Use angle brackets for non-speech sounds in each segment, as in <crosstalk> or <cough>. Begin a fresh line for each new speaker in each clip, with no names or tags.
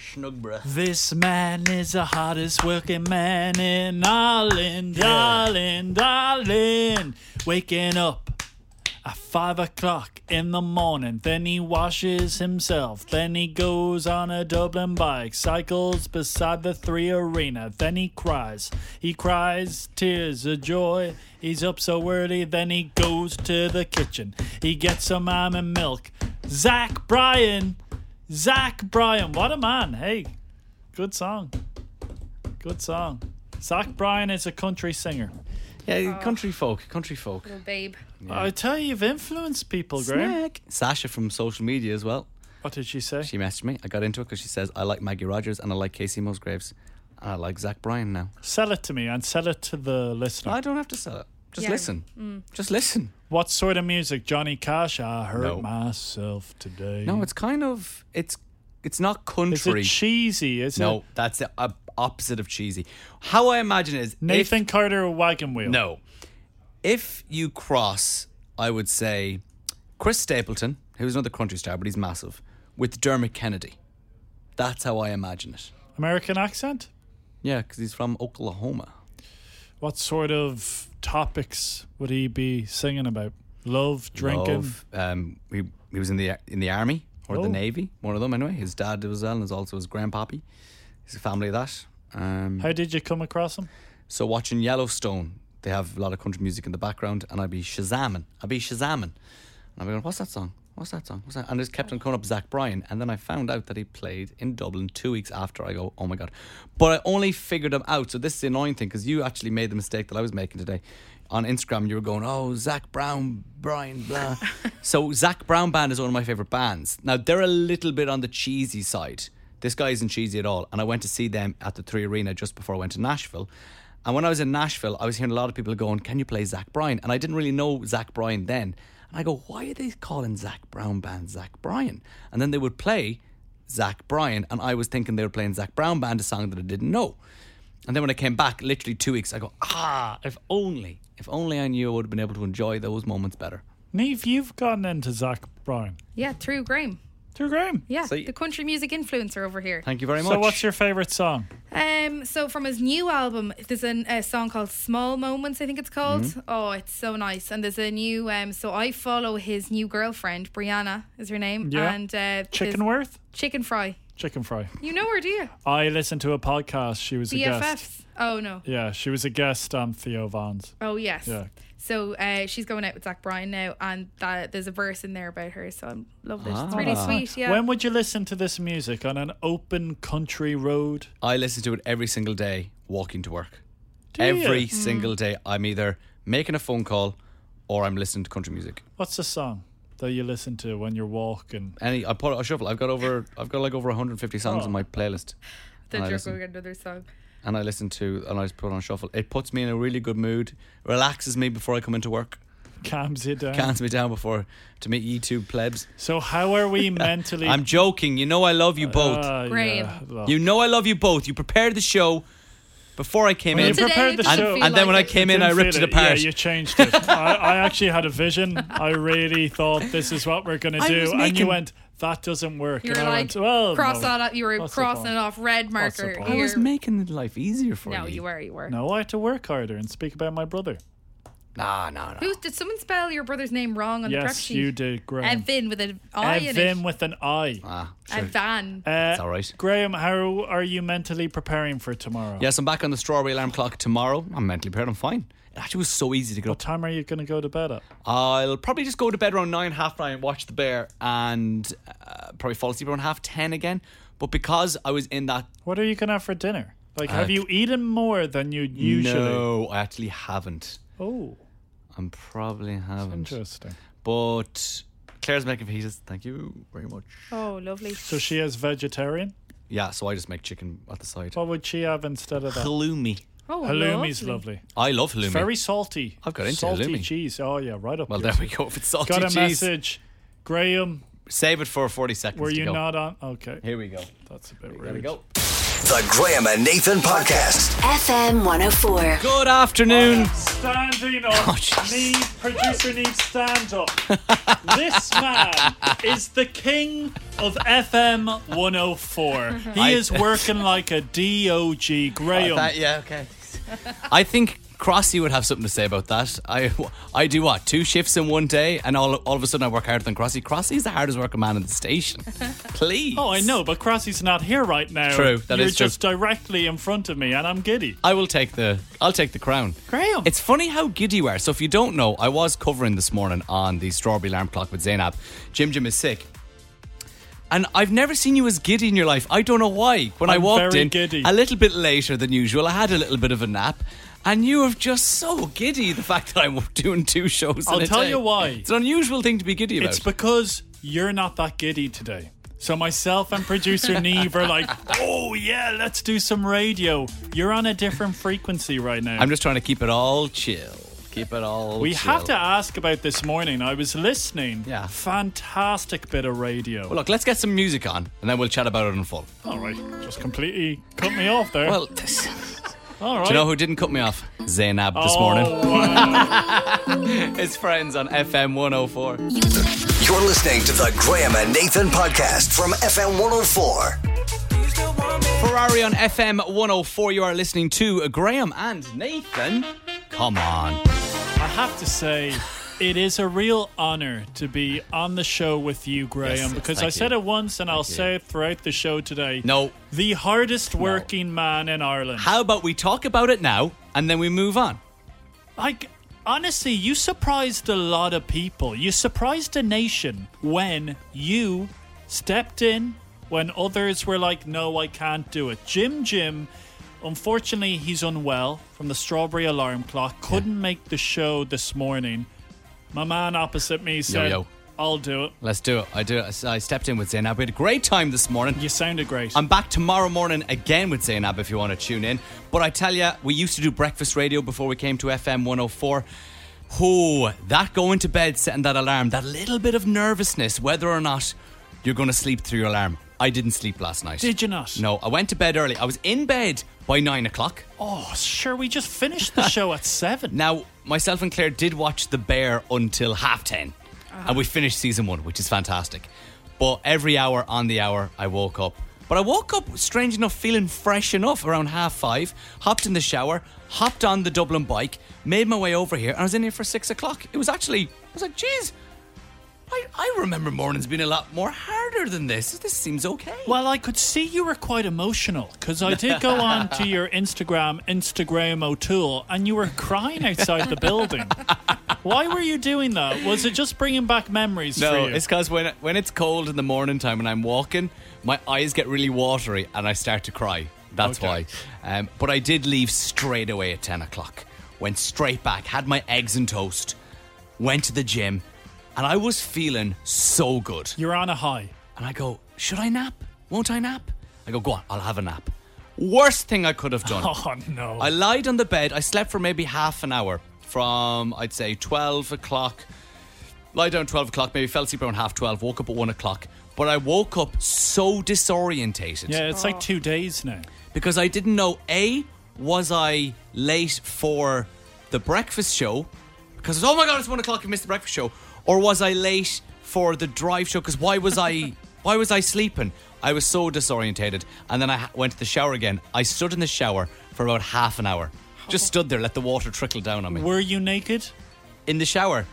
Schnug breath.
This man is the hardest working man in Ireland,
Yeah.
Ireland, Ireland. Waking up at five o'clock in the morning, then he washes himself, then he goes on a Dublin bike, cycles beside the three arena, then he cries, he cries tears of joy. He's up so early, then he goes to the kitchen, he gets some almond milk. Zach Bryan, Zach Bryan, what a man! Hey, Good song. Good song. Zach Bryan is a country singer.
Yeah, country folk, country folk.
Little babe.
I tell you, you've influenced people, Graham.
Snack. Sasha from social media as well.
What did she say?
She messaged me. I got into it because she says I like Maggie Rogers and I like Casey Musgraves and I like Zach Bryan now.
sell it to me and sell it to the listener.
I don't have to sell it. Just
Yeah.
listen. Just listen.
what sort of music? Johnny Cash. I hurt
No.
myself today.
No, it's kind of it's it's not
is
country.
it cheesy? Is
no,
it?
that's the op- opposite of cheesy. How I imagine it is if-
Nathan Carter Wagon Wheel.
no, if you cross, I would say Chris Stapleton, who's another country star, but he's massive, with Dermot Kennedy. That's how I imagine it.
American accent.
Yeah, because he's from Oklahoma.
What sort of topics would he be singing about? Love, drinking.
Of, um, he, he was in the in the army or
Oh.
the navy, one of them anyway. His dad was well, and is also his grandpappy. His family of that. Um,
How did you come across him?
so watching Yellowstone, they have a lot of country music in the background, and I'd be shazamming. I'd be shazamming, and I'd be going, "What's that song? What's that song? What's that?" And just kept on coming up Zach Bryan, and then I found out that he played in Dublin two weeks after. I go, "Oh my god!" But I only figured him out. So this is the annoying thing because you actually made the mistake that I was making today. On Instagram, you were going, "Oh, Zach Brown, Brian, blah." so Zach Brown Band is one of my favorite bands. Now they're a little bit on the cheesy side. This guy isn't cheesy at all, and I went to see them at the Three Arena just before I went to Nashville. And when I was in Nashville, I was hearing a lot of people going, "Can you play Zach Bryan?" And I didn't really know Zach Bryan then. And I go, "Why are they calling Zach Brown Band Zach Bryan?" And then they would play Zach Bryan, and I was thinking they were playing Zach Brown Band, a song that I didn't know. And then when I came back, literally two weeks, I go, "Ah, if only, if only I knew, I would have been able to enjoy those moments better."
Neve, you've gotten into Zach Bryan.
Yeah, through Graham.
Through Graham.
Yeah,
So y-
the country music influencer over here.
Thank you very much.
So, what's your favorite song?
Um, so from his new album, there's an, a song called "Small Moments," I think it's called.
Mm-hmm.
Oh, it's so nice. And there's a new um, so I follow his new girlfriend, Brianna is her name,
Yeah.
and uh,
Chicken
there's-
Worth?
chicken fry.
Chicken fry.
You know her, do you?
I listened to a podcast. She was a guest.
BFFs. Oh no.
Yeah, she was a guest on Theo Vaughn's.
Oh yes.
Yeah.
So uh, she's going out with Zach Bryan now, and that, there's a verse in there about her. So I love this. It's really
Ah.
sweet. Yeah.
When would you listen to this music on an open country road?
I listen to it every single day walking to work.
Do
every
you? Mm.
Mm.
single day, I'm either making a phone call or I'm listening to country music.
What's the song that you listen to when you're walking?
Any, I put a shuffle. I've got over, I've got like over 150 songs
Oh.
on my playlist,
the
I
jerk
listen.
will get another song.
and I listen to, and I just put it on shuffle. It puts me in a really good mood, relaxes me before I come into work,
Calms you down.
calms me down before to meet you two plebs.
So how
<laughs>
are we mentally?
I'm joking. You know I love you both.
Ah,
Graham.
yeah, look.
you know I love you both. You prepared the show before I came
Well,
in,
you
Today
prepared the
didn't
show.
feel
and then when
like
I
it.
came in, I
Didn't
ripped it
feel
apart.
Yeah, you changed it. I, I actually had a vision. I really thought this is what we're going to
I was
do, and you
making-
went, "That doesn't work."
You're
and I
like
went, "Well,
cross
no.
that up. You were
What's the
crossing
point?
it off red
What's the
marker.
point?
I was
here.
making life easier for
No,
you.
you were. You were.
No, I had to work harder and speak about my brother.
Nah, nah, nah.
Who did someone spell your brother's name wrong on the prep
Yes,
sheet?
you did, Graham.
Evan with an I in it.
Evan with an I.
Ah, sure.
Evan.
Uh,
all right.
Graham, how are you mentally preparing for tomorrow?
Yes, I'm back on the strawberry alarm clock tomorrow. I'm mentally prepared. I'm fine. It actually was so easy to get
What
up.
time are you going to go to bed at?
I'll probably just go to bed around nine, half nine, watch the bear, and uh, probably fall asleep around half ten again. But because I was in that,
What are you going to have for dinner? Like, have
Uh,
you eaten more than you usually?
no, I actually haven't.
Oh,
I'm probably haven't.
interesting.
But Claire's making fajitas. Thank you very much.
Oh, <laughs> lovely.
So she is vegetarian.
Yeah, so I just make chicken at the side.
What would she have instead of that?
Halloumi.
Oh,
Halloumi's lovely.
I love halloumi.
Very salty.
I've got into
salty
halloumi.
cheese. Oh yeah, right up.
well,
your
there we go. If it's salty
Got a
cheese,
message, Graham.
Save it for 40 seconds.
Were
to
you
go.
not on? Okay.
Here we go.
That's a bit
There we
rude.
go.
The Graham and Nathan Podcast.
FM 104.
Good afternoon. <laughs>
Standing up.
Oh,
Me, producer needs stand up. this man is the king of FM 104. He
I- Oh,
is working like a DOG Graham.
yeah, okay. I think Crossy would have something to say about that. I, I do what? Two shifts in one day, and all, all of a sudden I work harder than Crossy. Crossy's the hardest working man in the station. Please.
Oh, I know, but Crossy's not here right now.
True, that
You're
is true.
just directly in front of me, and I'm giddy.
I will take the I'll take the crown.
Graham.
It's funny how giddy you are. So if you don't know, I was covering this morning on the strawberry alarm clock with Zainab. Jim Jim is sick. And I've never seen you as giddy in your life. I don't know why. When i
I'm
walked
very
in
giddy.
a little bit later than usual, I had a little bit of a nap. And you are just so giddy the fact that I'm <laughs> doing two shows.
I'll
in a
tell
day.
you why.
It's an unusual thing to be giddy about.
It's because you're not that giddy today. So myself and producer
<laughs>
Neve are like, oh yeah, let's do some radio. You're on a different frequency right now.
I'm just trying to keep it all chill. Keep it all
we
chill.
have to ask about this morning. I was listening.
Yeah.
Fantastic bit of radio.
Well, look, let's get some music on and then we'll chat about it in full.
All right. Just completely cut me off there.
Well, this.
All right.
Do you know who didn't cut me off? Zainab this <laughs>
Oh,
morning.
wow.
His friends on FM 104.
You're listening to the Graham and Nathan Podcast from FM 104.
Ferrari on FM 104. You are listening to Graham and Nathan. Come on.
I have to say, it is a real honor to be on the show with you, Graham,
yes,
because
thank
I said
you.
it once and I'll say it throughout the show today.
No.
The hardest working man in Ireland.
How about we talk about it now and then we move on?
Like, honestly, you surprised a lot of people. You surprised a nation when you stepped in when others were like, no, I can't do it. Jim Jim, unfortunately, he's unwell from the strawberry alarm clock, couldn't make the show this morning. My man opposite me said,
yo.
I'll do it.
Let's do it. I do. I stepped in with Zainab. We had a great time this morning.
You sounded great.
I'm back tomorrow morning again with Zainab if you want to tune in. But I tell you, we used to do breakfast radio before we came to FM 104. Oh, that going to bed, setting that alarm, that little bit of nervousness, whether or not you're going to sleep through your alarm. I didn't sleep last night.
Did you not?
No, I went to bed early. I was in bed by nine o'clock.
oh, sure, we just finished the show at seven.
Now, myself and Claire did watch The Bear until half 10.
Ah.
And we finished season one, which is fantastic. But every hour on the hour, I woke up. But I woke up, strange enough, feeling fresh enough around half five, hopped in the shower, hopped on the Dublin bike, made my way over here, and I was in here for six o'clock. It was actually, I was like, geez, I, I remember mornings being a lot more harder than this. This seems okay.
Well, I could see you were quite emotional because I did go on
<laughs>
to your Instagram, Instagram O'Toole, and you were crying outside the building. Why were you doing that? Was it just bringing back memories
No,
for you?
it's because when when it's cold in the morning time and I'm walking, my eyes get really watery and I start to cry. That's why.
Okay.
Um, but I did leave straight away at ten o'clock. Went straight back, had my eggs and toast, went to the gym, and I was feeling so good.
You're on a high.
And I go, should I nap? Won't I nap? I go, go on, I'll have a nap. Worst thing I could have done.
<laughs> Oh, no.
I lied on the bed. I slept for maybe half an hour from, I'd say, 12 o'clock. Lie down 12 o'clock, maybe fell asleep around half 12, woke up at 1 o'clock. But I woke up so disorientated
yeah, it's like two days now.
because I didn't know A, was I late for the breakfast show? Because, it's, oh my God, it's 1 o'clock, I missed the breakfast show. Or was I late for the drive show? Because why was
<laughs>
I. Why was I sleeping? I was so disorientated. And then I ha- went to the shower again. I stood in the shower for about half an hour. Just stood there, let the water trickle down on me.
Oh. Were you naked?
In the
<laughs>
shower.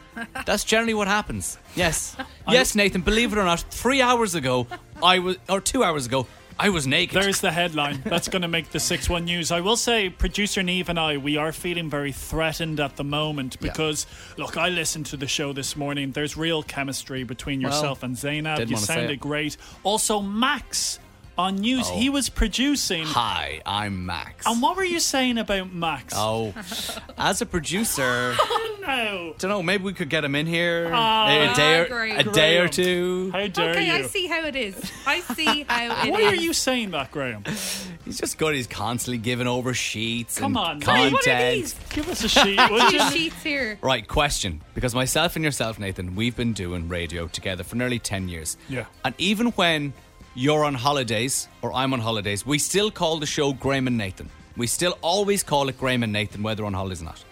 That's generally what happens. Yes. Yes, Nathan, believe it or not, three hours ago, I was, or two hours ago, I was naked.
There's the headline. That's going to make the 6 1 news. I will say, producer Neve and I, we are feeling very threatened at the moment because, look, I listened to the show this morning. There's real chemistry between yourself and Zainab.
didn't
You
wanna say it.
sounded great. Also, Max on news,
Oh.
he was producing.
Hi, I'm Max.
And what were you saying about Max?
Oh, as a producer,
Ow.
don't know. Maybe we could get him in here
Ah,
a day or
great.
a day or
Graham.
two.
How dare
Okay,
you?
I see how it is. I see how it
<laughs>
is.
Why are you saying that, Graham?
He's just good. He's constantly giving over sheets.
Come
and
on,
content.
man. What are these? Give us a sheet, would
Two
you?
sheets here.
Right, question. Because myself and yourself, Nathan, we've been doing radio together for nearly 10 years.
Yeah.
And even when you're on holidays or I'm on holidays, we still call the show Graham and Nathan. We still always call it Graham and Nathan, whether on holidays or not.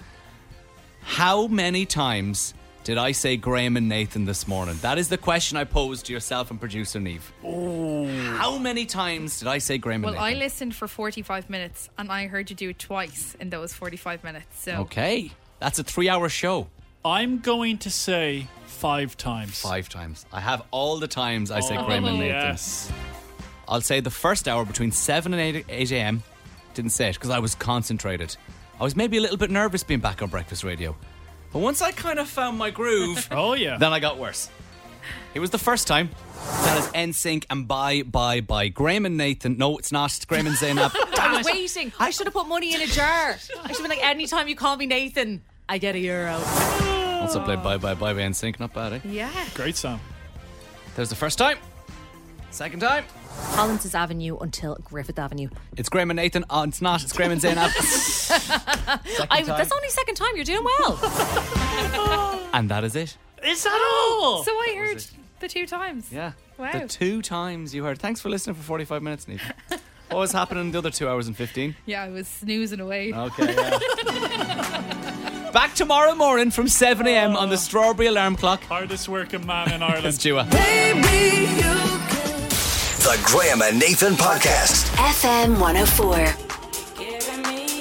How many times did I say Graham and Nathan this morning? That is the question I posed to yourself and producer Neve.
Oh,
How many times did I say Graham
Well,
and
I
Nathan?
listened for 45 minutes and I heard you do it twice in those 45 minutes. So
okay. That's a three hour show.
I'm going to say five times.
Five times. I have all the times I say Graham and
Oh,
Nathan.
Yes.
I'll say the first hour between 7 and 8, 8 a.m. Didn't say it because I was concentrated. I was maybe a little bit nervous being back on breakfast radio. But once I kind of found my groove,
<laughs> Oh, yeah.
then I got worse. It was the first time. That is NSYNC and Bye Bye Bye. Graham and Nathan. No, it's not. It's Graham and
<laughs>
Zainab.
I was waiting. I should have put money in a jar. I should have been like, anytime you call me Nathan, I get a euro.
also played Bye Bye Bye by NSYNC. Not bad, eh?
yeah.
Great song.
There's the first time. Second time.
Collins's Avenue until Griffith Avenue.
It's Graham and Nathan. Oh, it's not. It's Graham and
<laughs>
Zainab. Second
I,
time.
that's only second time. You're doing well.
and that is it.
<laughs> Is that all?
So I heard the two times.
Yeah.
Wow.
The two times you heard. Thanks for listening for 45 minutes, Nathan. what was happening the other two hours and 15?
Yeah, I was snoozing away.
Okay, Back tomorrow morning from 7 a.m. on the Strawberry Alarm Clock.
Hardest working man in
That's
Ireland.
Dua.
The Graham and Nathan Podcast.
FM 104.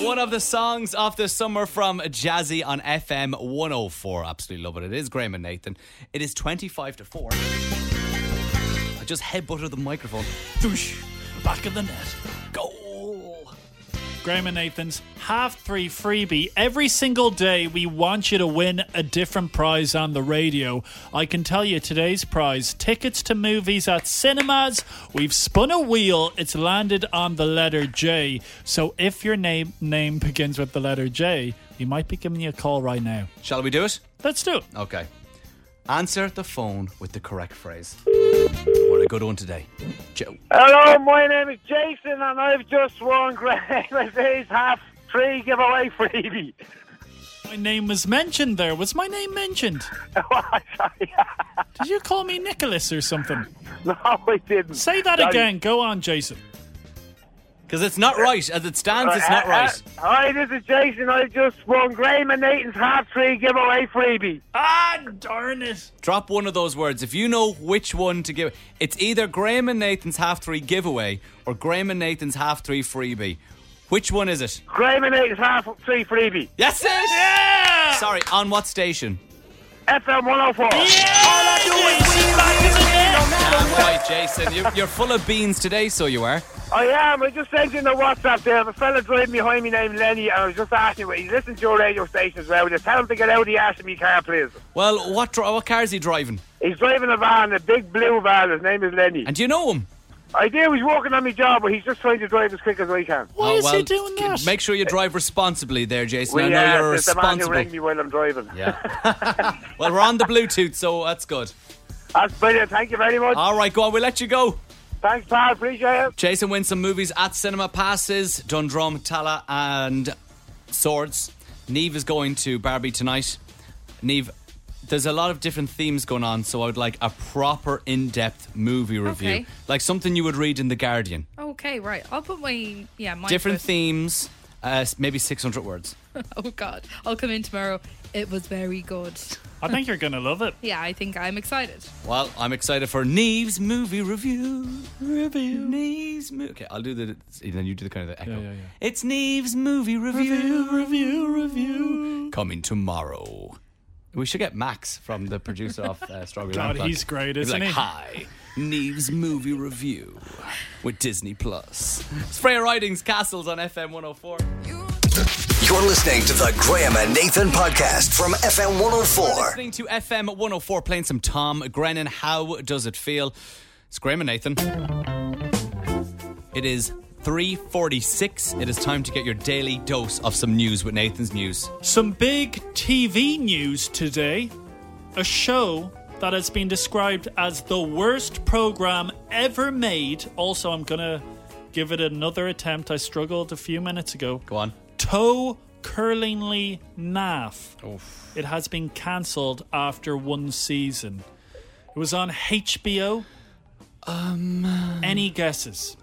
One of the songs of the summer from Jazzy on FM 104. Absolutely love it. It is Graham and Nathan. It is 25 to 4. I just headbutted the microphone.
Boosh. Back of the net.
Goal.
Graham and Nathan's half three freebie. Every single day, we want you to win a different prize on the radio. I can tell you today's prize tickets to movies at cinemas. We've spun a wheel, it's landed on the letter J. So if your name, name begins with the letter J, we might be giving you a call right now.
Shall we do it?
Let's do it.
Okay. Answer the phone with the correct phrase. What a good one today. Joe.
Hello, my name is Jason, and I've just won <laughs> Graham Day's half free giveaway freebie.
My name was mentioned there. Was my name
<laughs>
mentioned?
Sorry.
Did you call me Nicholas or something?
<laughs> no, I didn't.
Say that
Sorry.
again. Go on, Jason.
Because it's not right. As it stands, it's not
Uh, uh,
right.
hi, this is Jason. I've just won Graham and Nathan's half free giveaway freebie.
Ah, darn it.
Drop one of those words. If you know which one to give, it's either Graham and Nathan's half three giveaway or Graham and Nathan's half three freebie. Which one is it?
Graham and Nathan's half free freebie.
That's it!
Yeah!
Sorry, on what station?
FM 104.
Damn right, Jason. You, you're full of beans today, so you are.
I am. I just sent in a WhatsApp there. of A fella driving behind me named Lenny, and I was just asking him, he's listening to your radio station as well. Would you tell him to get out of the ass of me car, please?
Well, what dri- what car is he driving?
He's driving a van, a big blue van. His name is Lenny.
And do you know him?
I do. He's working on my job, but he's just trying to drive as quick as I can.
Why
Oh,
is
well,
he doing
c-
that?
Make sure you drive responsibly there, Jason. I
We,
know
uh,
you're
there's the man who rang
responsible.
me while I'm driving.
Yeah. well, we're on the Bluetooth, so that's good.
That's brilliant. Thank you very much.
All right, go on. We'll let you go.
Thanks, pal. Appreciate it.
Jason wins some movies at Cinema Passes, Dundrum, Tala, and Swords. Neve is going to Barbie tonight. Neve, there's a lot of different themes going on, so I would like a proper in depth movie review.
Okay.
Like something you would read in The Guardian.
Okay, right. I'll put my yeah, my
Different themes, uh, s- maybe 600 words.
<laughs> Oh god. I'll come in tomorrow. It was very good.
I think you're going to love it.
<laughs> Yeah, I think I'm excited.
Well, I'm excited for Neve's movie review. Review. Neve's movie. Okay, I'll do the. Then you do the kind of the echo.
yeah, yeah.
It's Neve's movie review. Review, review. Coming tomorrow. We should get Max from the producer of uh, Strawberry
God,
Alarm Clock.
he's great,
He'd be
isn't
like,
he?
Hi, Neve's movie review with Disney Plus. Sprayer Ridings Castles on FM 104.
You're listening to the Graham and Nathan Podcast from FM
You're
104.
listening to FM 104 playing some Tom Grennan. How does it feel? It's Graham and Nathan. It is 3.46. It is time to get your daily dose of some news with Nathan's News.
Some big TV news today. A show that has been described as the worst program ever made. Also, I'm going to give it another attempt. I struggled a few minutes ago.
Go on.
Toe Curlingly Naff. It has been cancelled after one season. It was on HBO. Um, Any guesses?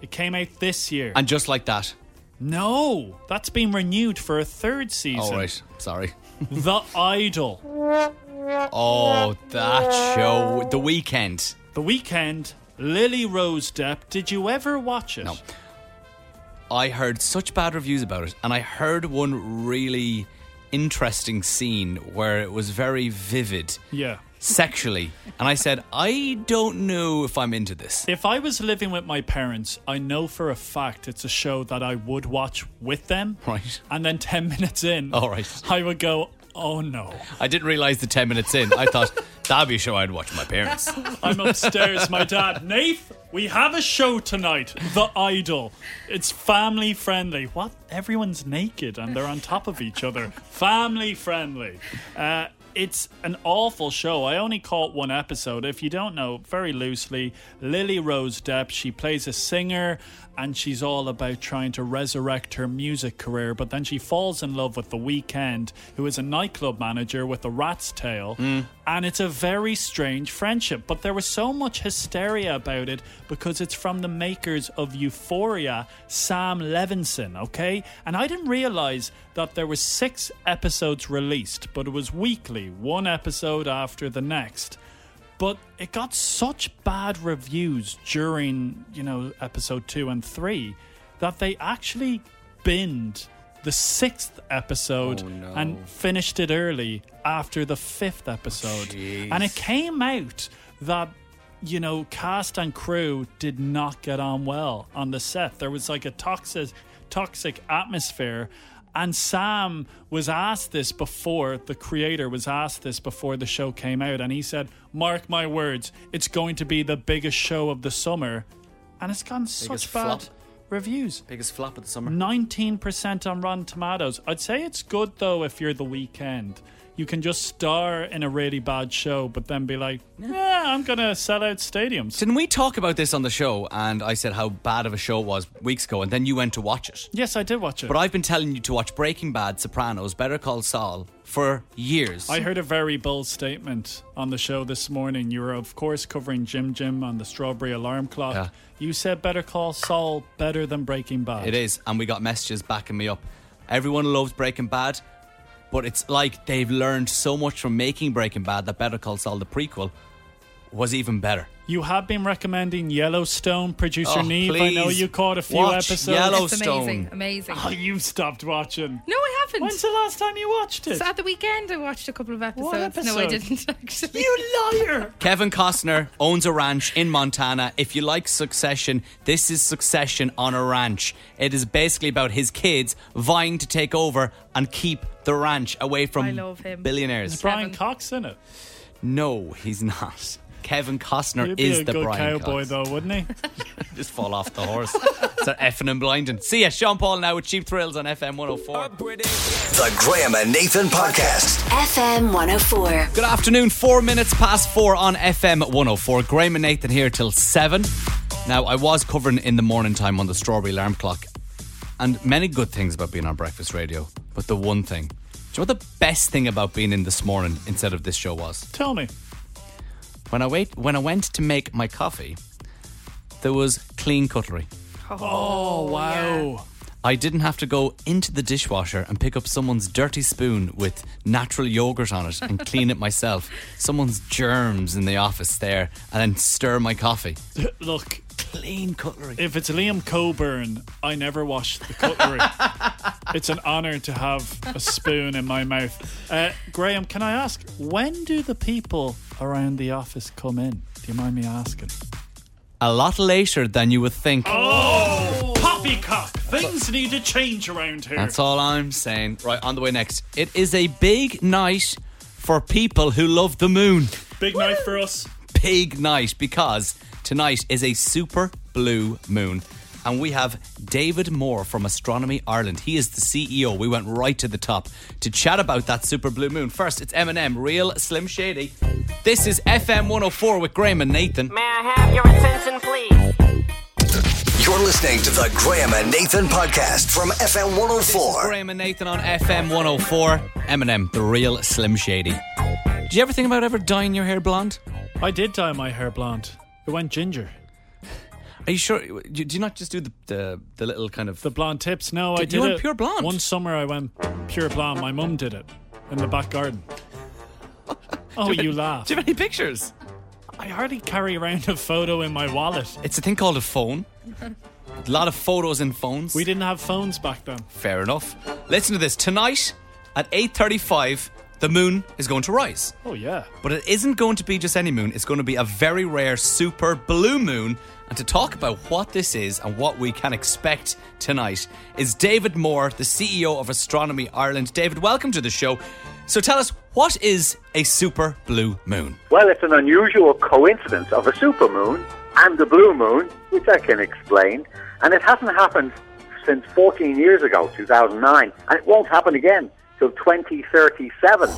It came out this year.
And just like that.
no, that's been renewed for a third season.
All right. Sorry.
The Idol.
Oh, that show. The weekend.
The Weekend. Lily Rose Depp. Did you ever watch it?
No. I heard such bad reviews about it, and I heard one really interesting scene where it was very vivid
Yeah.
sexually. And I said, I don't know if I'm into this.
If I was living with my parents, I know for a fact it's a show that I would watch with them.
Right.
And then 10 <laughs> minutes in,
All right.
I would go, oh no,
I didn't realize the 10 minutes in. I thought, <laughs> that'd be a show I'd watch with my parents.
<laughs> I'm upstairs. my dad, Nath, we have a show tonight, The Idol. It's family friendly. What? Everyone's naked and they're on top of each other. Family friendly. Uh, it's an awful show. I only caught one episode. If you don't know, very loosely, Lily Rose Depp, she plays a singer and she's all about trying to resurrect her music career, but then she falls in love with The Weeknd, who is a nightclub manager with a rat's tail. And it's a very strange friendship, but there was so much hysteria about it because it's from the makers of Euphoria, Sam Levinson, okay? And I didn't realize that there were 6 episodes released, but it was weekly, one episode after the next but it got such bad reviews during you know episode two and three that they actually binned the sixth episode and finished it early after the fifth episode and it came out that you know cast and crew did not get on well on the set there was like a toxic toxic atmosphere and Sam was asked this before the creator was asked this before the show came out, and he said, "Mark my words, it's going to be the biggest show of the summer," and it's gotten such bad
flop.
reviews.
Biggest flop of the summer.
Nineteen percent on Rotten Tomatoes. I'd say it's good though if you're the weekend. You can just star in a really bad show, but then be like, "Yeah, I'm gonna sell out stadiums."
Didn't we talk about this on the show? And I said how bad of a show it was weeks ago, and then you went to watch it.
Yes, I did watch it.
But I've been telling you to watch Breaking Bad, Sopranos, Better Call Saul for years.
I heard a very bold statement on the show this morning. You were, of course, covering Jim Jim on the Strawberry Alarm Clock.
Yeah.
You said Better Call Saul better than Breaking Bad.
It is, and we got messages backing me up. Everyone loves Breaking Bad, but it's like they've learned so much from making Breaking Bad that Better Call Saul, the prequel, was even better.
You have been recommending Yellowstone, producer
Oh,
Neve. I know
please
you caught a few
watch
episodes.
Yellow-
It's
Stone.
amazing. Amazing.
Oh, you stopped watching.
No, I haven't.
When's the last time you watched it?
So at the weekend, I watched a couple of episodes.
What
No, I
episode?
didn't <laughs> actually.
you liar!
Kevin Costner owns a ranch in Montana. If you like Succession, this is Succession on a ranch. It is basically about his kids vying to take over and keep the ranch away from
I love him.
billionaires.
Brian Cox in it.
No, he's not. Kevin
He'd
Costner
be
is
a
the
good
Brian
cowboy,
Cox.
though, wouldn't
<laughs>
he?
<laughs> Just fall off the horse. Start effing and blinding. See ya, Sean Paul now with Cheap Thrills on FM 104.
The Graham and Nathan Podcast.
FM 104.
Good afternoon. Four minutes past four on FM 104. Graham and Nathan here till seven. Now, I was covering in the morning time on the strawberry alarm clock, and many good things about being on breakfast radio. But the one thing, do you know what the best thing about being in this morning instead of this show was?
Tell me.
When I wait, when I went to make my coffee, there was clean cutlery.
Oh, wow. <laughs>
I didn't have to go into the dishwasher and pick up someone's dirty spoon with natural yogurt on it and clean it myself. Someone's germs in the office there and then stir my coffee.
Look,
Clean cutlery.
If it's Liam Coburn, I never wash
<laughs>
the cutlery. it's an honour to have a spoon in my mouth. Uh, Graham, can I ask, when do the people around the office come in? Do you mind me asking?
A lot later than you would think.
Poppycock! Things need a change around here.
That's all I'm saying. Right, on the way next. It is a big night for people who love the moon.
Big night for us.
Big night because tonight is a super blue moon. And we have David Moore from Astronomy Ireland. He is the CEO. We went right to the top to chat about that super blue moon. First, it's Eminem, Real Slim Shady. This is FM 104 with Graham and Nathan.
May I have your attention, please?
You're listening to the Graham and Nathan podcast from FM
This is
104.
Graham and Nathan on FM 104. Eminem, the real Slim Shady. Did you ever think about ever dyeing your hair blonde?
I did dye my hair blonde. It went ginger.
Are you sure? Do you do you not just do the the, the little kind of
The blonde tips. No, Oh, I
Did-
did
you went
it-
pure blonde?
One summer I went pure blonde. My mum did it in the back garden. Oh, you laugh.
Do you have any pictures?
I hardly carry around a photo in my wallet.
It's a thing called a phone. a lot of photos in phones.
We didn't have phones back then.
Fair enough. Listen to this. Tonight at 8:35, the moon is going to rise.
Oh, yeah.
But it isn't going to be just any moon. It's going to be a very rare super blue moon. And to talk about what this is and what we can expect tonight is David Moore, the CEO of Astronomy Ireland. David, welcome to the show. So tell us, what is a super blue moon?
Well, it's an unusual coincidence of a supermoon and a blue moon, which I can explain, and it hasn't happened since 14 years ago, 2009, and it won't happen again till 2037.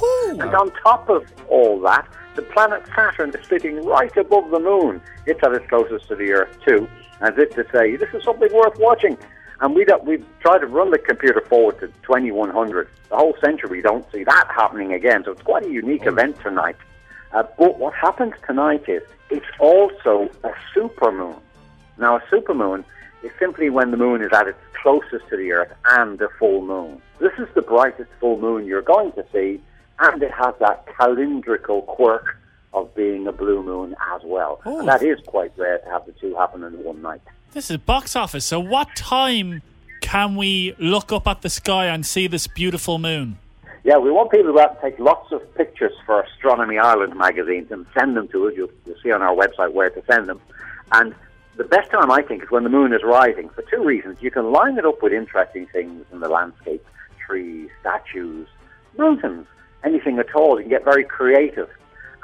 And on top of all that, the planet Saturn is sitting right above the moon. It's at its closest to the Earth too, as if to say, this is something worth watching. And we don't, we've tried to run the computer forward to 2100. The whole century, we don't see that happening again. So it's quite a unique event tonight. Uh, but what happens tonight is it's also a supermoon. Now, a supermoon is simply when the moon is at its closest to the Earth and a full moon. This is the brightest full moon you're going to see, and it has that calendrical quirk of being a blue moon as well. And that is quite rare to have the two happen in one night.
This is box office. So, what time can we look up at the sky and see this beautiful moon?
Yeah, we want people to go out and take lots of pictures for Astronomy Ireland magazines and send them to us. You'll, you'll see on our website where to send them. And the best time, I think, is when the moon is rising for two reasons. You can line it up with interesting things in the landscape trees, statues, mountains, anything at all. You can get very creative.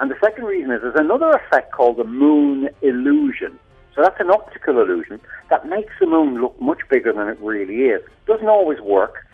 And the second reason is there's another effect called the moon illusion. So that's an optical illusion that makes the moon look much bigger than it really is. Doesn't always work.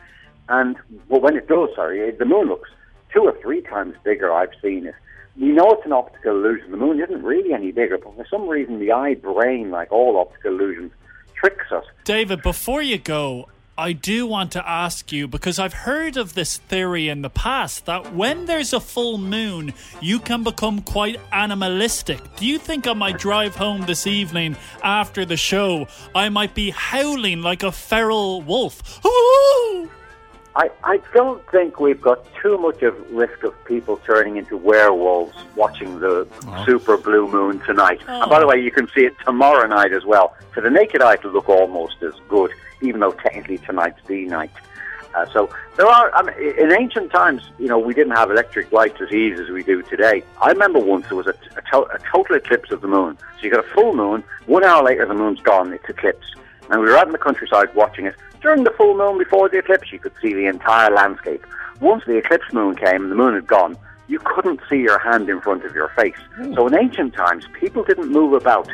And well, when it does, sorry, the moon looks two or three times bigger. I've seen it. We know it's an optical illusion. The moon isn't really any bigger, but for some reason, the eye brain, like all optical illusions, tricks us.
David, before you go, I do want to ask you because I've heard of this theory in the past that when there's a full moon, you can become quite animalistic. Do you think on my drive home this evening after the show, I might be howling like a feral wolf?
<laughs>
Hoo-hoo!
I, I don't think we've got too much of risk of people turning into werewolves watching the super blue moon tonight. And by the way, you can see it tomorrow night as well. To the naked eye, it'll look almost as good, even though technically tonight's the night. Uh, so there are. I mean, i- in ancient times, you know, we didn't have electric light as easy as we do today. I remember once there was a, a, to- a total eclipse of the moon. So you got a full moon. One hour later, the moon's gone. It's eclipsed and we were out in the countryside watching it. During the full moon before the eclipse, you could see the entire landscape. Once the eclipse moon came and the moon had gone, you couldn't see your hand in front of your face.
Hmm.
So in ancient times, people didn't move about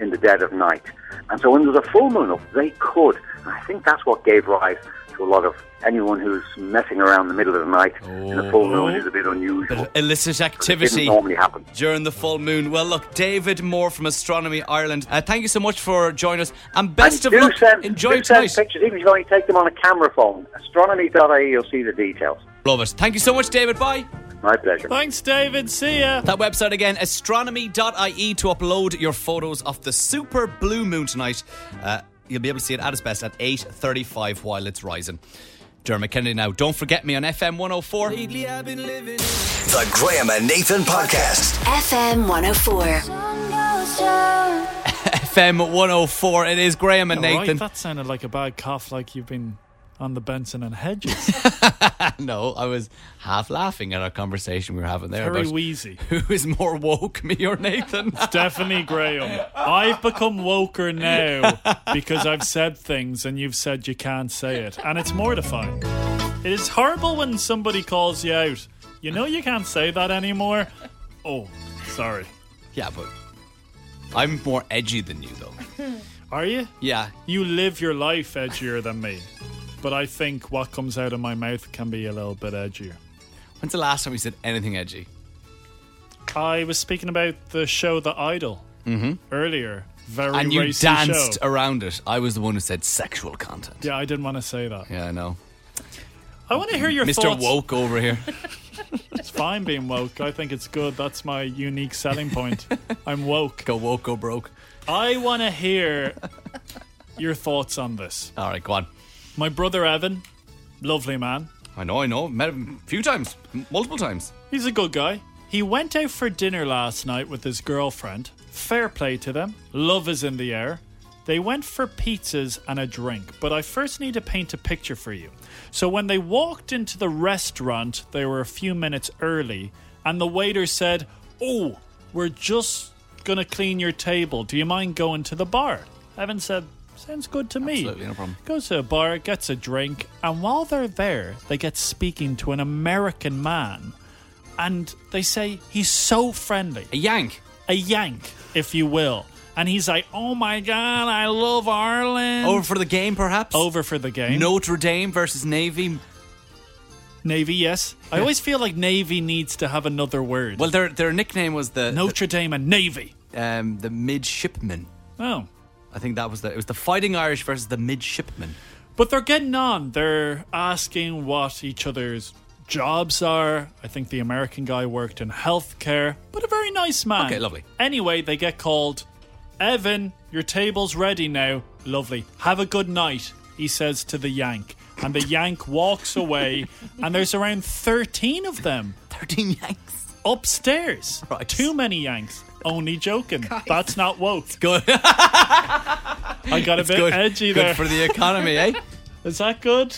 in the dead of night. And so when there was a full moon up, they could. And I think that's what gave rise to a lot of anyone who's messing around in the middle of the night in a
Oh.
full moon is a bit unusual.
Illicit
It didn't
activity.
normally happen.
During the full moon. Well, look, David Moore from Astronomy Ireland. Uh, thank you so much for joining us, and best
And
of
do
luck.
Send,
Enjoy
do send
tonight.
pictures, even if you only take them on a camera phone. Astronomy.ie, you'll see the details.
Love it. Thank you so much, David. Bye.
My pleasure.
Thanks, David. See ya.
That website again, astronomy.ie, to upload your photos of the super blue moon tonight. Uh, you'll be able to see it at its best at 8.35 while it's rising. Dermot Kennedy now. Don't forget me on FM 104.
The Graham and Nathan podcast.
FM 104.
FM 104. It is Graham and
All right,
Nathan.
that sounded like a bad cough, like you've been on the Benson and Hedges.
<laughs> <laughs> no, I was half laughing at our conversation we were having there
Very
about
wheezy.
<laughs> who is more woke, me or Nathan.
Stephanie Graham. I've become
<laughs>
woker now because I've said things and you've said you can't say it. And it's mortifying. It is horrible when somebody calls you out. You know you can't say that anymore. Oh, sorry.
yeah, but I'm more edgy than you, though.
<laughs> Are you?
Yeah,
You live your life edgier than me, but I think what comes out of my mouth can be a little bit edgier.
When's the last time we said anything edgy?
I was speaking about the show The Idol earlier. Very
and you
racy
danced
show.
around it. I was the one who said sexual content.
Yeah, I didn't want to say that.
Yeah, I know.
I want to hear your
Mr.
thoughts.
Woke over
<laughs>
here.
It's fine being woke. I think it's good. That's my unique selling
<laughs>
point. I'm woke.
Go woke, go broke.
I want to hear your thoughts on this.
All right, go on.
My brother Evan, lovely man.
I know, I know. Met him a few times, m- multiple times.
He's a good guy. He went out for dinner last night with his girlfriend. Fair play to them. Love is in the air. They went for pizzas and a drink, but I first need to paint a picture for you. So, when they walked into the restaurant, they were a few minutes early, and the waiter said, Oh, we're just gonna clean your table. Do you mind going to the bar? Evan said, Sounds good to me.
Absolutely, no problem.
Goes to a bar, gets a drink, and while they're there, they get speaking to an American man and they say he's so friendly,
A yank.
a yank, if you will. And he's like, "Oh my god, I love Ireland."
Over for the game, perhaps?
Over for the game.
Notre Dame versus Navy.
Navy, yes. I always feel like Navy needs to have another word.
Well, their their nickname was the
Notre Dame and Navy.
the, um, the midshipmen.
Oh,
I think that was the it was the Fighting Irish versus the midshipmen.
but they're getting on. They're asking what each other's jobs are. I think the American guy worked in healthcare, but a very nice man.
Okay, lovely.
Anyway, they get called. Evan, your table's ready now. Lovely. Have a good night, he says to the Yank. And the Yank <laughs> walks away, and there's around 13 of them
Thirteen yanks.
upstairs.
Right.
Too many Yanks. Only joking. That's not woke.
Good.
I got a bit
Good.
edgy
Good
there. Is
for the economy,
<laughs>
eh?
that good?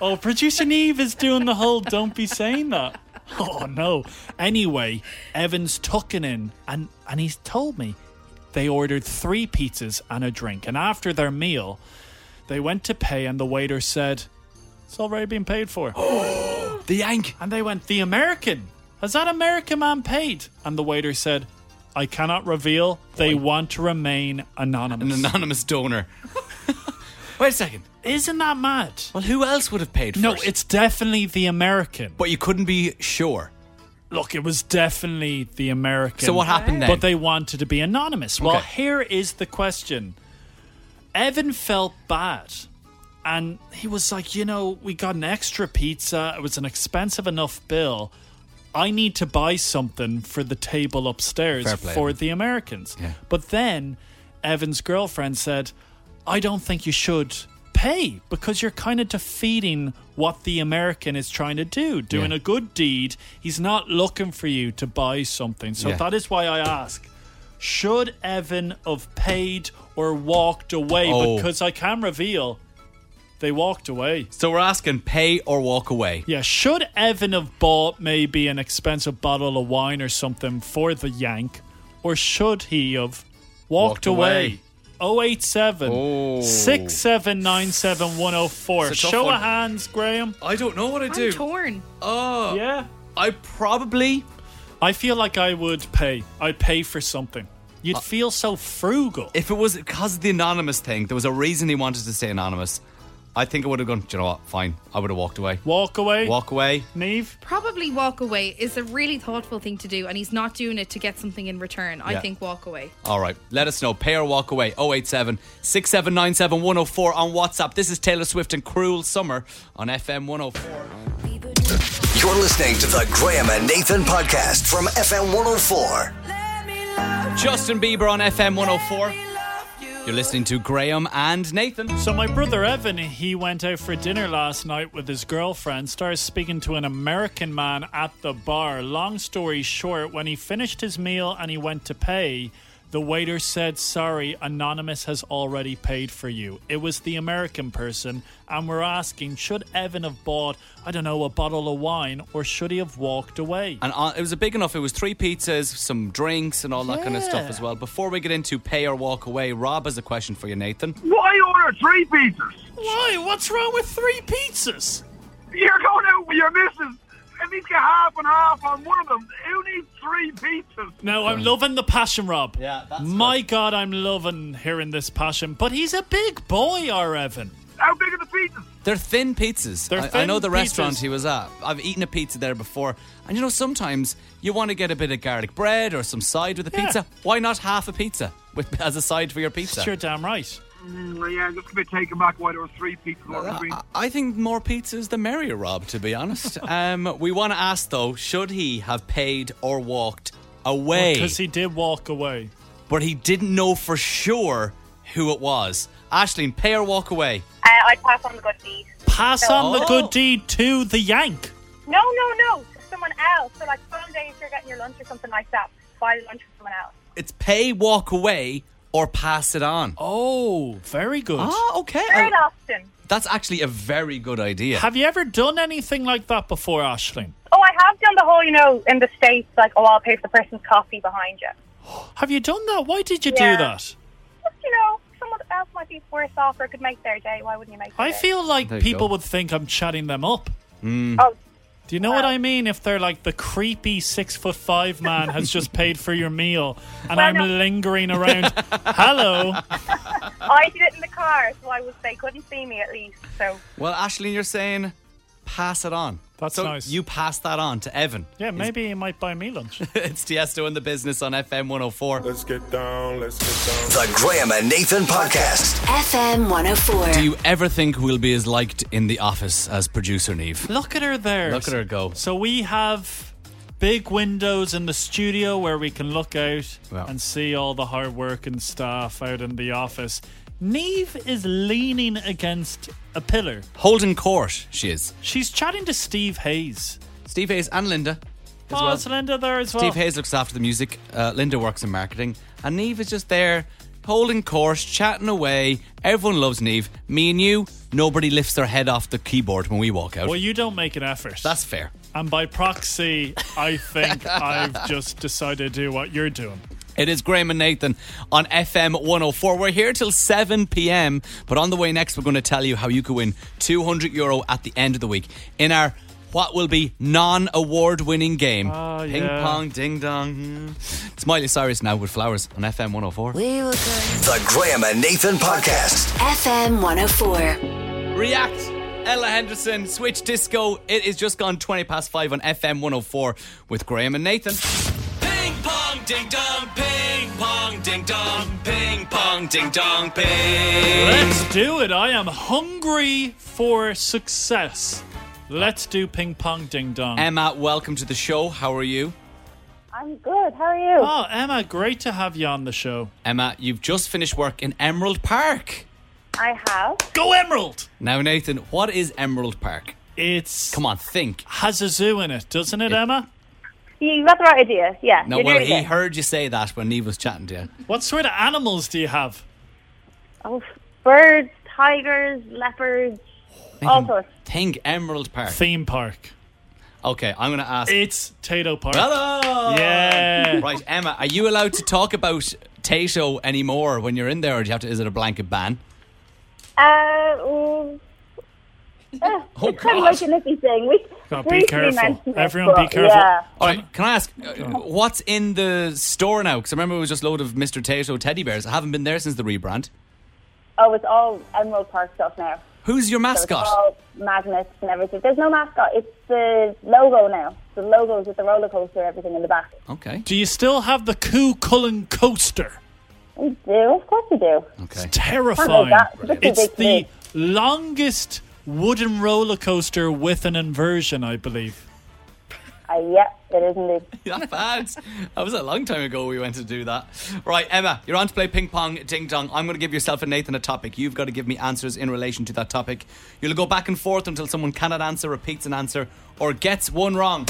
Oh, producer Neve is doing the whole don't be saying that. Oh, no. Anyway, Evan's tucking in, and, and he's told me they ordered three pizzas and a drink. And after their meal, they went to pay, and the waiter said, It's already been paid for.
<gasps> The yank.
And they went, The American? Has that American man paid? And the waiter said, I cannot reveal. They want to remain
An
anonymous.
anonymous
<laughs>
donor. Wait a second.
Isn't that mad?
Well, who else would have paid?
No,
first?
it's definitely the American.
But you couldn't be sure.
Look, it was definitely the American.
So what happened then?
But they wanted to be anonymous. Well,
Okay.
here is the question. Evan felt bad. And he was like, you know, we got an extra pizza. It was an expensive enough bill. I need to buy something for the table upstairs
Fair play,
for
Evan.
the Americans.
Yeah.
But then Evan's girlfriend said, I don't think you should pay because you're kind of defeating what the American is trying to do. Doing
Yeah.
a good deed, he's not looking for you to buy something. So
Yeah.
that is why I ask. Should Evan have paid or walked away?
Oh.
Because I can reveal they walked away.
So we're asking pay or walk away.
Yeah, should Evan have bought maybe an expensive bottle of wine or something for the Yank, or should he have
Walked
walked,
away. Oh.
away? 087 6797104.
It's a tough
Show
one. Oh.
of hands, Graham.
I don't know what I
I'm torn.
yeah.
I probably
I feel like I would pay. I'd pay for something. You'd feel so frugal.
Uh, if it was because of the anonymous thing, there was a reason he wanted to stay anonymous. I think I would have gone, Do you know what? Fine. I would have walked away.
Walk away.
Walk away.
Neve.
Probably walk away is a really thoughtful thing to do, and he's not doing it to get something in return. I
Yeah.
think walk away.
All right. Let us know. Pay or walk away. 087 6797 104 on WhatsApp. This is Taylor Swift and Cruel Summer on FM 104.
You're listening to the Graham and Nathan podcast from FM 104.
Justin Bieber on FM 104. You're listening to Graham and Nathan.
So my brother Evan, he went out for dinner last night with his girlfriend, starts speaking to an American man at the bar. Long story short, when he finished his meal and he went to pay, the waiter said, "Sorry, anonymous has already paid for you." It was the American person, and we're asking, should Evan have bought, I don't know, a bottle of wine or should he have walked away?
And uh, it was a big enough. It was three pizzas, some drinks, and all that kind of stuff
Yeah.
as well. Before we get into pay or walk away, Rob has a question for you, Nathan.
Why order three pizzas?
Why? What's wrong with three pizzas?
You're going out with your missus. at least get half and half on one of them. Who needs three pizzas?
Now I'm loving the passion, Rob.
Yeah, that's
my God, I'm loving hearing this passion. But he's a big boy, I reckon.
How big are the pizzas?
They're thin pizzas.
They're
I- I,
thin
know the
pizzas.
restaurant he was at. I've eaten a pizza there before. And you know, sometimes you want to get a bit of garlic bread or some side with a
Yeah.
pizza. Why not half a pizza with, as a side for your pizza?
You're damn right.
Mm, yeah, I'm just a bit taken back why there was three pizzas on the green.
I- I think more pizzas the merrier, Rob, to be
<laughs>
honest. um, we want to ask, though, should he have paid or walked away?
Because he did walk away.
but he didn't know for sure who it was. Ashleen, pay or walk away?
Uh, I'd pass on the good deed.
Pass on the
Oh.
good deed to the Yank.
No, no, no. To someone else. So, like, one day if you're getting your lunch or something like that, buy the lunch for someone else.
It's pay, walk away, or pass it on.
Oh, very good.
Ah, okay.
Very
I-
often.
that's actually a very good idea.
Have you ever done anything like that before, Ashling?
Oh, I have done the whole, you know, in the States, like, oh, I'll pay for the person's coffee behind you.
Have you done that? Why did you
Yeah.
do that?
Just, you know, someone else might be worse off or could make their day. Why wouldn't you make their
I
day?
feel like
There you
people
go. Hmm.
would think I'm chatting them up.
Oh,
Do you know what I mean? If they're like the creepy six foot five man has
<laughs>
just paid for your meal and I'm
no.
lingering around.
<laughs>
Hello.
I did it in the car, so I was, they couldn't see me at least. So,
Well, Ashleen, you're saying pass it on.
That's
so
nice.
You pass that on to Evan.
Yeah, maybe he might buy me lunch.
<laughs> it's Tiesto in the business on FM 104.
Let's get down, let's get down.
The Graham and Nathan Podcast.
FM 104.
Do you ever think we'll be as liked in the office as producer Neve?
Look at her there.
Look at her go.
So we have big windows in the studio where we can look out
Wow.
and see all the hard working staff out in the office. Neve is leaning against a pillar.
Holding court, she is.
She's chatting to Steve Hayes.
Steve Hayes and Linda. As
Oh,
well.
it's Linda there as well.
Steve Hayes looks after the music. Uh, Linda works in marketing. And Neve is just there, holding course, chatting away. Everyone loves Neve. Me and you, nobody lifts their head off the keyboard when we walk out.
Well, you don't make an effort.
That's fair.
And by proxy,
<laughs>
I think I've just decided to do what you're doing.
It is Graham and Nathan on FM 104. We're here till 7 p.m. But on the way next, we're going to tell you how you could win 200 euro at the end of the week in our what will be non award winning game.
Oh,
Ping
yeah.
pong, ding dong. hmm. It's Miley Cyrus now with flowers on FM 104.
We will go.
The Graham and Nathan Podcast.
FM 104.
React. Ella Henderson, Switch Disco. It is just gone 20 past 5 on FM 104 with Graham and Nathan. Ping pong ding dong, ping pong ding dong, ping pong ding dong, ping.
Let's do it. I am hungry for success. Let's do ping pong ding dong.
Emma, welcome to the show. How are you?
I'm good. How are you?
oh, Emma, great to have you on the show.
Emma, you've just finished work in Emerald Park.
I have.
Go Emerald!
Now, Nathan, what is Emerald Park?
It's
Come on, think.
has a zoo in it, doesn't it, Emma?
You got the right idea. Yeah.
No,
you're
well,
doing
he
it.
heard you say that when Neve was chatting to you.
What sort of animals do you have?
Oh, birds, tigers, leopards, all sorts.
Think Emerald Park.
Theme park.
Okay, I'm going to ask.
It's Tato Park.
Hello!
Yeah.
Right, Emma, are you allowed to talk about Tato anymore when you're in there, or do you have to? Is it a blanket ban?
<laughs>
Uh, mm, uh,
Oh,
it's kind
God.
of like an iffy thing. We
God, be
briefly
careful.
mentioned it,
Everyone be
but
careful.
Yeah.
All right, can I ask uh, what's in the store now? Because I remember it was just a load of Mr. Tato teddy bears. I haven't been there since the rebrand.
Oh, it's all Emerald Park stuff now.
Who's your
So it's
mascot?
all magnets and everything. There's no mascot. It's the logo now. The logos with the roller coaster, everything in the back.
Okay.
Do you still have the Coo Cullen coaster?
We do, of course we do.
Okay.
terrifying.
that- that's a
It's
big
the
thing.
longest wooden roller coaster with an inversion, I believe.
Uh, yeah, it is indeed.
<laughs> Not bad. That was a long time ago we went to do that. Right, Emma, you're on to play ping pong ding dong. I'm going to give yourself and Nathan a topic. You've got to give me answers in relation to that topic. You'll go back and forth until someone cannot answer, repeats an answer, or gets one wrong.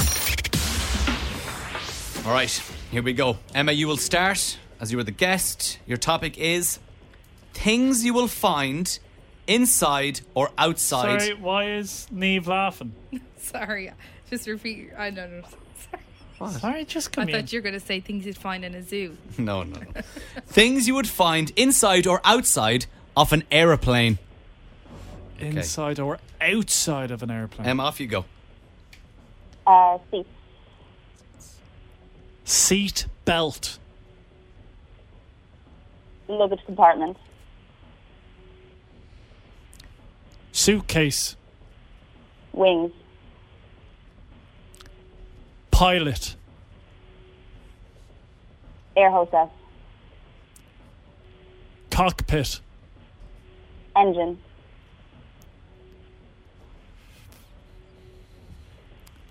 All right, here we go. Emma, you will start as you are the guest. Your topic is things you will find inside or outside.
Sorry, why is Neve laughing?
<laughs> Sorry, just repeat. I don't know. Sorry.
Sorry, just
I
come here.
thought you were going to say things you'd find in a zoo.
<laughs> No, no, no. things you would find inside or outside of an aeroplane.
Inside or outside of an airplane.
Emma, off you go.
Uh, seat.
Seat belt.
Luggage compartment.
Suitcase.
Wings.
Pilot.
Air hostess.
Cockpit.
Engine.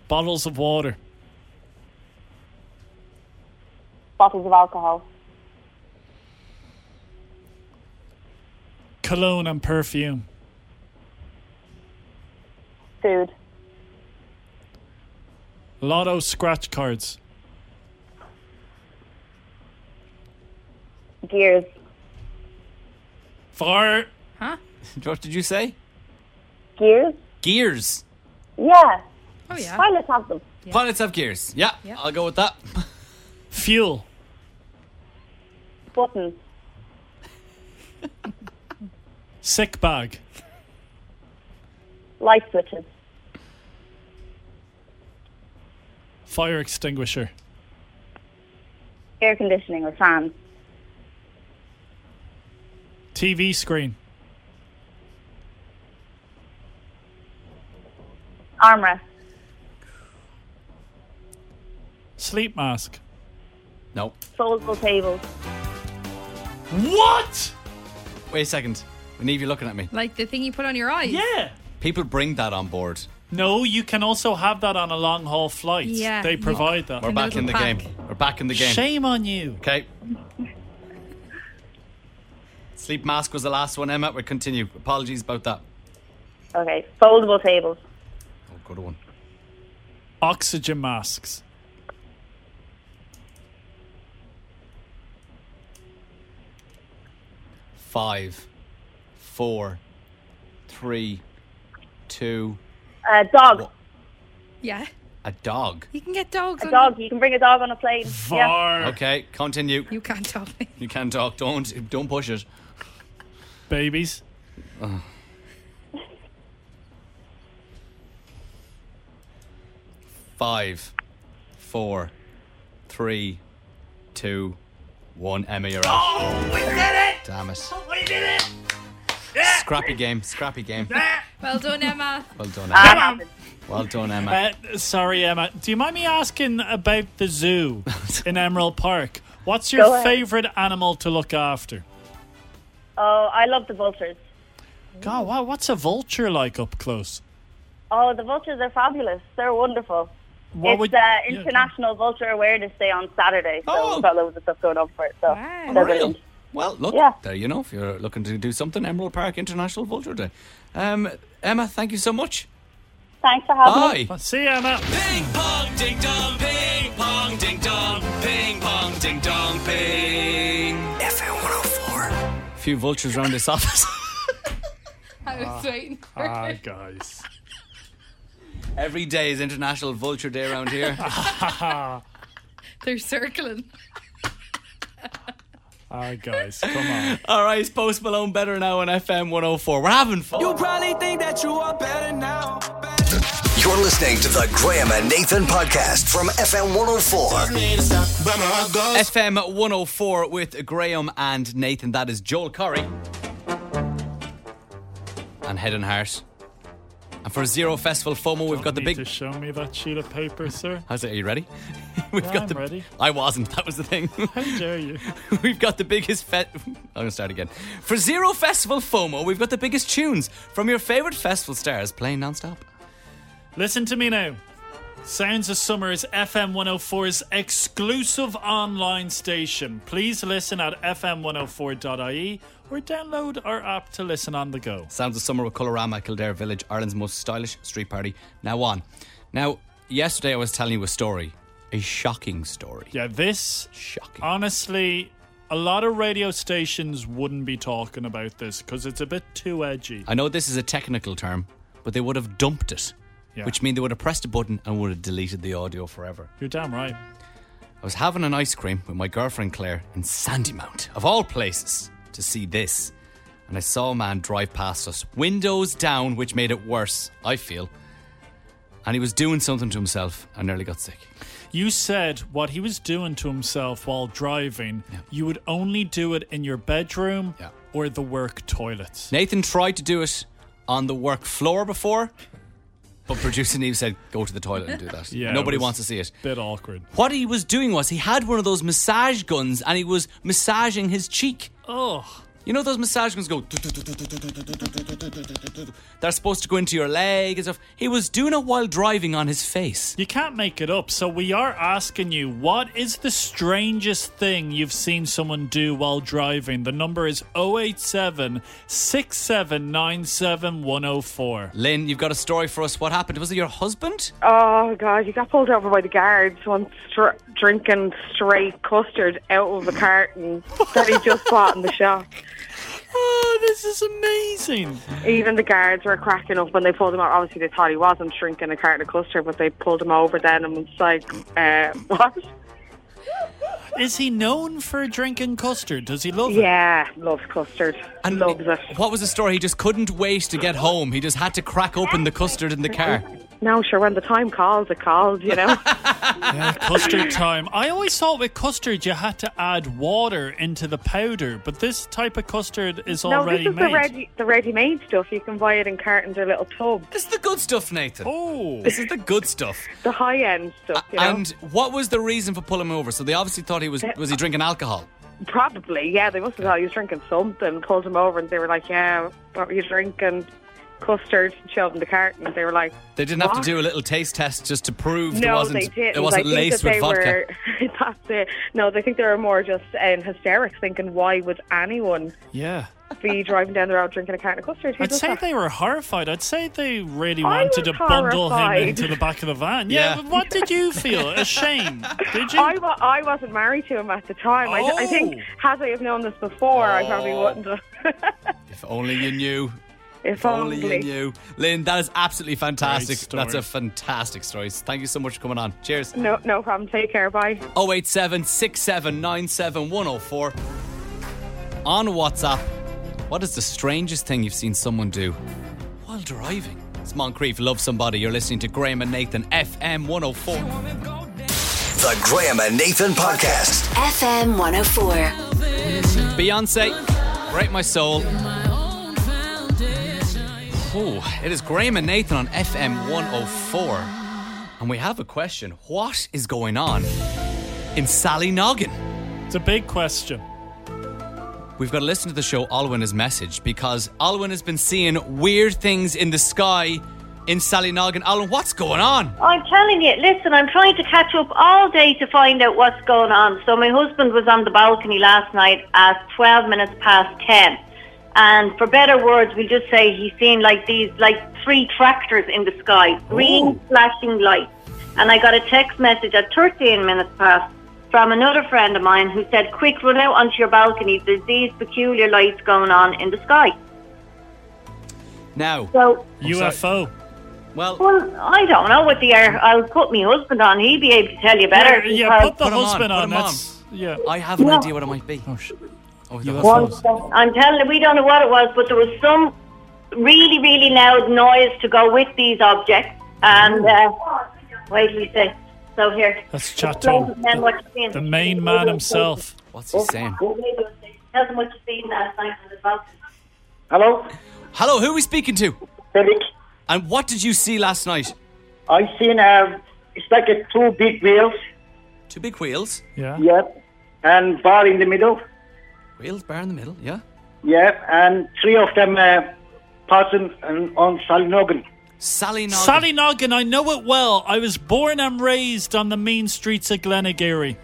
Bottles of water.
Bottles of alcohol.
Cologne and perfume.
Food.
Lotto scratch cards.
Gears.
Fire.
<laughs>
Huh?
What did you say?
Gears?
Gears.
Yeah.
Oh, yeah.
Pilots have them.
Pilots have gears. Yeah,
Yeah.
I'll go with that. <laughs>
Fuel.
Buttons.
Sick bag.
Light switches.
Fire extinguisher.
Air conditioning or fans.
TV screen.
Armrest.
Sleep mask.
No.
Foldable tables.
What?
Wait a second. Neve, you're looking at me.
Like the thing you put on your eyes.
Yeah.
People bring that on board.
No, you can also have that on a long haul flight.
Yeah.
They provide that.
We're
a
back in the
little
game. We're back in the game.
Shame on you.
Okay. Sleep mask was the last one, Emma. We continue. Apologies about that.
Okay. Foldable tables.
Oh, good one.
Oxygen masks.
Five, four, three, two.
Uh, dog.
What?
Yeah.
A dog.
You can get dogs.
A
on-
dog. You can bring a dog on a plane. Yeah.
Far.
Okay, continue.
You can't talk me.
You can talk. Don't don't push it.
Babies.
Five, four, three, two, one. Emma, you're out.
Oh, we did it!
Damn it.
We did it!
Scrappy game. Scrappy game.
Well done, Emma.
Well done, Emma.
That happens.
Well done, Emma.
Uh, sorry, Emma. Do you mind me asking about
<laughs>
the zoo in Emerald Park? What's
Go
your
ahead.
favourite animal to look after?
Oh, I love the vultures.
God, wow, what's a vulture like up close?
Oh, the vultures are fabulous. They're wonderful.
What
it's
would-
uh,
yeah, go on.
International Vulture Awareness Day on Saturday, so
Oh.
we've got loads of stuff going on for it. So
Wow.
they're
Unreal.
brilliant.
Well, look,
Yeah.
there you know. If you're looking to do something, Emerald Park International Vulture Day. Um, Emma, thank you so much.
Thanks for having me.
Bye.
Well, see you, Emma.
Ping pong ding dong, ping pong ding dong, ping pong ding dong, ping.
FM 104.
Few vultures around this office. <laughs>
I was waiting. for it.
Ah, guys.
Every day is International Vulture Day around here.
<laughs>
They're circling.
Ah, guys. Come on.
All right, it's Post Malone better now on FM 104. We're having fun.
You're listening to the Graham and Nathan podcast from FM 104.
FM 104 with Graham and Nathan. That is Joel Curry and Head and Heart. And for Zero Festival FOMO, we've got the
Need
big.
to show me that sheet of paper, sir.
<laughs> How's it? Are you ready? We've
Yeah, I'm
the.
ready.
I wasn't. That was the thing.
<laughs> How dare you?
<laughs> we've got the biggest. Fe- <laughs> I'm gonna start again. For Zero Festival FOMO, we've got the biggest tunes from your favorite festival stars playing non-stop.
Listen to me now. Sounds of Summer is FM 104's exclusive online station. Please listen at fm104.ie E or download our app to listen on the go.
Sounds of Summer with Colorama, Kildare Village, Ireland's most stylish street party. Now on. Now, yesterday I was telling you a story, a shocking story.
Yeah, this,
Shocking.
honestly, a lot of radio stations wouldn't be talking about this because it's a bit too edgy.
I know this is a technical term, but they would have dumped it,
Yeah.
which means they would have pressed a button and would have deleted the audio forever.
You're damn right.
I was having an ice cream with my girlfriend Claire in Sandymount, of all places, to see this. And I saw a man drive past us, windows down, which made it worse, I feel. and he was doing something to himself and nearly got sick.
You said what he was doing to himself while driving, you would only do it in your bedroom or the work toilets.
Nathan tried to do it on the work floor before, but producer Neve said, "Go to the toilet and do that."
<laughs> Yeah,
nobody
it was
wants to see it.
Bit awkward.
What he was doing was he had one of those massage guns and he was massaging his cheek.
Oh.
You know those massage guns go. They're supposed to go into your leg and stuff. He was doing it while driving on his face.
You can't make it up. So we are asking you, what is the strangest thing you've seen someone do while driving? The number is 087
Lynn, you've got a story for us. What happened? Was it your husband?
Oh god, he got pulled over by the guards once str- drinking stray custard out of a carton that he just bought in the shop.
<laughs> Oh, this is amazing.
Even the guards were cracking up when they pulled him out. Obviously, they thought he wasn't drinking a carton of custard, but they pulled him over then and was like, uh, "What?
Is he known for drinking custard? Does he love it?
Yeah, loves custard.
And
loves it.
What was the story? He just couldn't wait to get home. He just had to crack open the custard in the
<laughs>
car.
No, sure. When the time calls, it calls.
<laughs>
You know."
Yeah, custard time. I always thought with custard you had to add water into the powder, but this type of custard is
no,
already
this is
made.
the ready, the ready-made stuff. You can buy it in cartons or little tubs.
This is the good stuff, Nathan.
Oh.
This is the good stuff.
The high-end stuff. You know?
And what was the reason for pulling him over? So they obviously thought he was was he drinking alcohol.
Probably, yeah. They must have thought he was drinking something. Pulled him over, and they were like, "Yeah, what were you drinking?" Custard. Showed him the carton. And they were like,
They didn't have
"What?"
to do a little taste test just to prove
No,
there wasn't
they didn't.
it wasn't
I think
laced
that
with
they
vodka.
Were, <laughs> that's it. No, they think they were more just in hysterics, thinking, "Why would anyone
yeah.
<laughs>
be driving down the road drinking a carton of custard?" Who
I'd
does
say
that?
they were horrified. I'd say they really
I
wanted to
was
bundle him
horrified.
into the back of the van.
Yeah.
Yeah, but what did you feel? Ashamed? Did you? Oh.
I, wa- I wasn't married to him at the time. I, I think, had I have known this before, I probably
Oh.
wouldn't have.
If only you knew.
if
Only you
only.
knew. Lynn, that is absolutely fantastic.
story.
That's a fantastic story. Thank you so much for coming on. Cheers.
No, no problem. Take care. Bye.
087 104 On WhatsApp, what is the strangest thing you've seen someone do while driving? It's Moncrief, love somebody. You're listening to Graham and Nathan, FM 104.
The Graham and Nathan Podcast.
FM 104.
Beyonce, break my soul. Oh, it is Graham and Nathan on FM 104. And we have a question. What is going on in Sally Noggin?
It's a big question.
We've got to listen to the show Alwyn has messaged because Alwyn has been seeing weird things in the sky in Sally Noggin. Alwyn, what's going on?
I'm telling you, listen, I'm trying to catch up all day to find out what's going on. So my husband was on the balcony last night at 12 minutes past 10. And for better words, we'll just say he's seen like these, like three tractors in the sky, green flashing lights. And I got a text message at 13 minutes past from another friend of mine who said, quick, run out onto your balcony. There's these peculiar lights going on in the sky.
Now,
So
UFO.
well,
Well, I don't know what the air. I'll put my husband on. He'd be able to tell you better.
yeah, yeah, put the
Put 'em on,
husband
put
on.
'em
That's, yeah.
I have an
No.
idea what it might be.
Oh, sh-
Oh, the
UFOs.
I'm telling you, we don't know what it was, but there was some really, really loud noise to go with these objects. And uh, wait till you see. So here.
That's Chateau,
Tell them
the-
what you've seen.
The main man himself.
What's he saying?
Tell them what you've seen last night on the balcony.
Hello,
Hello, who are we speaking to?
Eric.
And what did you see last night?
I seen uh, it's like a two big wheels.
Two big wheels.
Yeah.
Yep. And bar in the middle.
Wheels bar in the middle, yeah.
Yep. And three of them uh, passing on, on Salinogan.
Sally Noggin.
Sally Noggin, I know it well. I was born and raised on the mean streets of
<laughs>
Glenageary.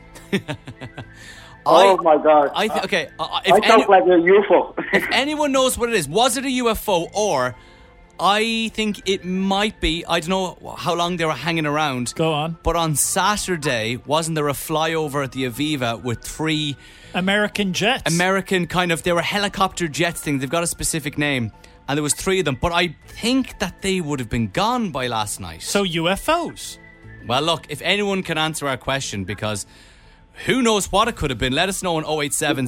oh my God!
I th- okay, uh, uh,
I
if, any-
talk like a UFO.
if anyone knows what it is, was it a UFO or I think it might be, I don't know how long they were hanging around.
Go on.
But on Saturday, wasn't there a flyover at the Aviva with three
American jets.
American kind of they were helicopter jets things. They've got a specific name, and there was three of them. But I think that they would have been gone by last night.
so UFOs.
well, look, if anyone can answer our question, because who knows what it could have been? Let us know on 087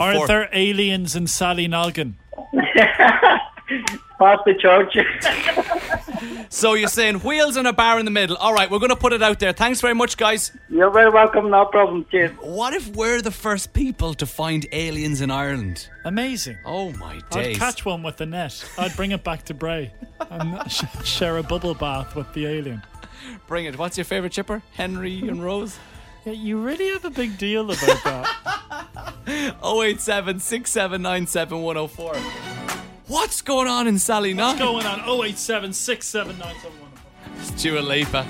Are there aliens in Sally Noggin?
Past the church.
So you're saying wheels and a bar in the middle. All right, we're going to put it out there. Thanks very much, guys.
You're very welcome. No problem, kid.
What if we're the first people to find aliens in Ireland?
Amazing.
Oh my
I'd
days.
catch one with the net. I'd bring it back to Bray and sh- share a bubble bath with the alien.
Bring it. What's your favourite chipper? Henry and Rose?
Yeah, you really have a big deal about that.
<laughs> 087 6797 104. What's going on in Sally
What's
Nunn?
going on? 087 679
It's Dua Lipa.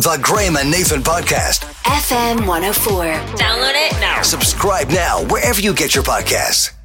The Graham and Nathan Podcast.
FM 104.
Download it now. Subscribe now wherever you get your podcasts.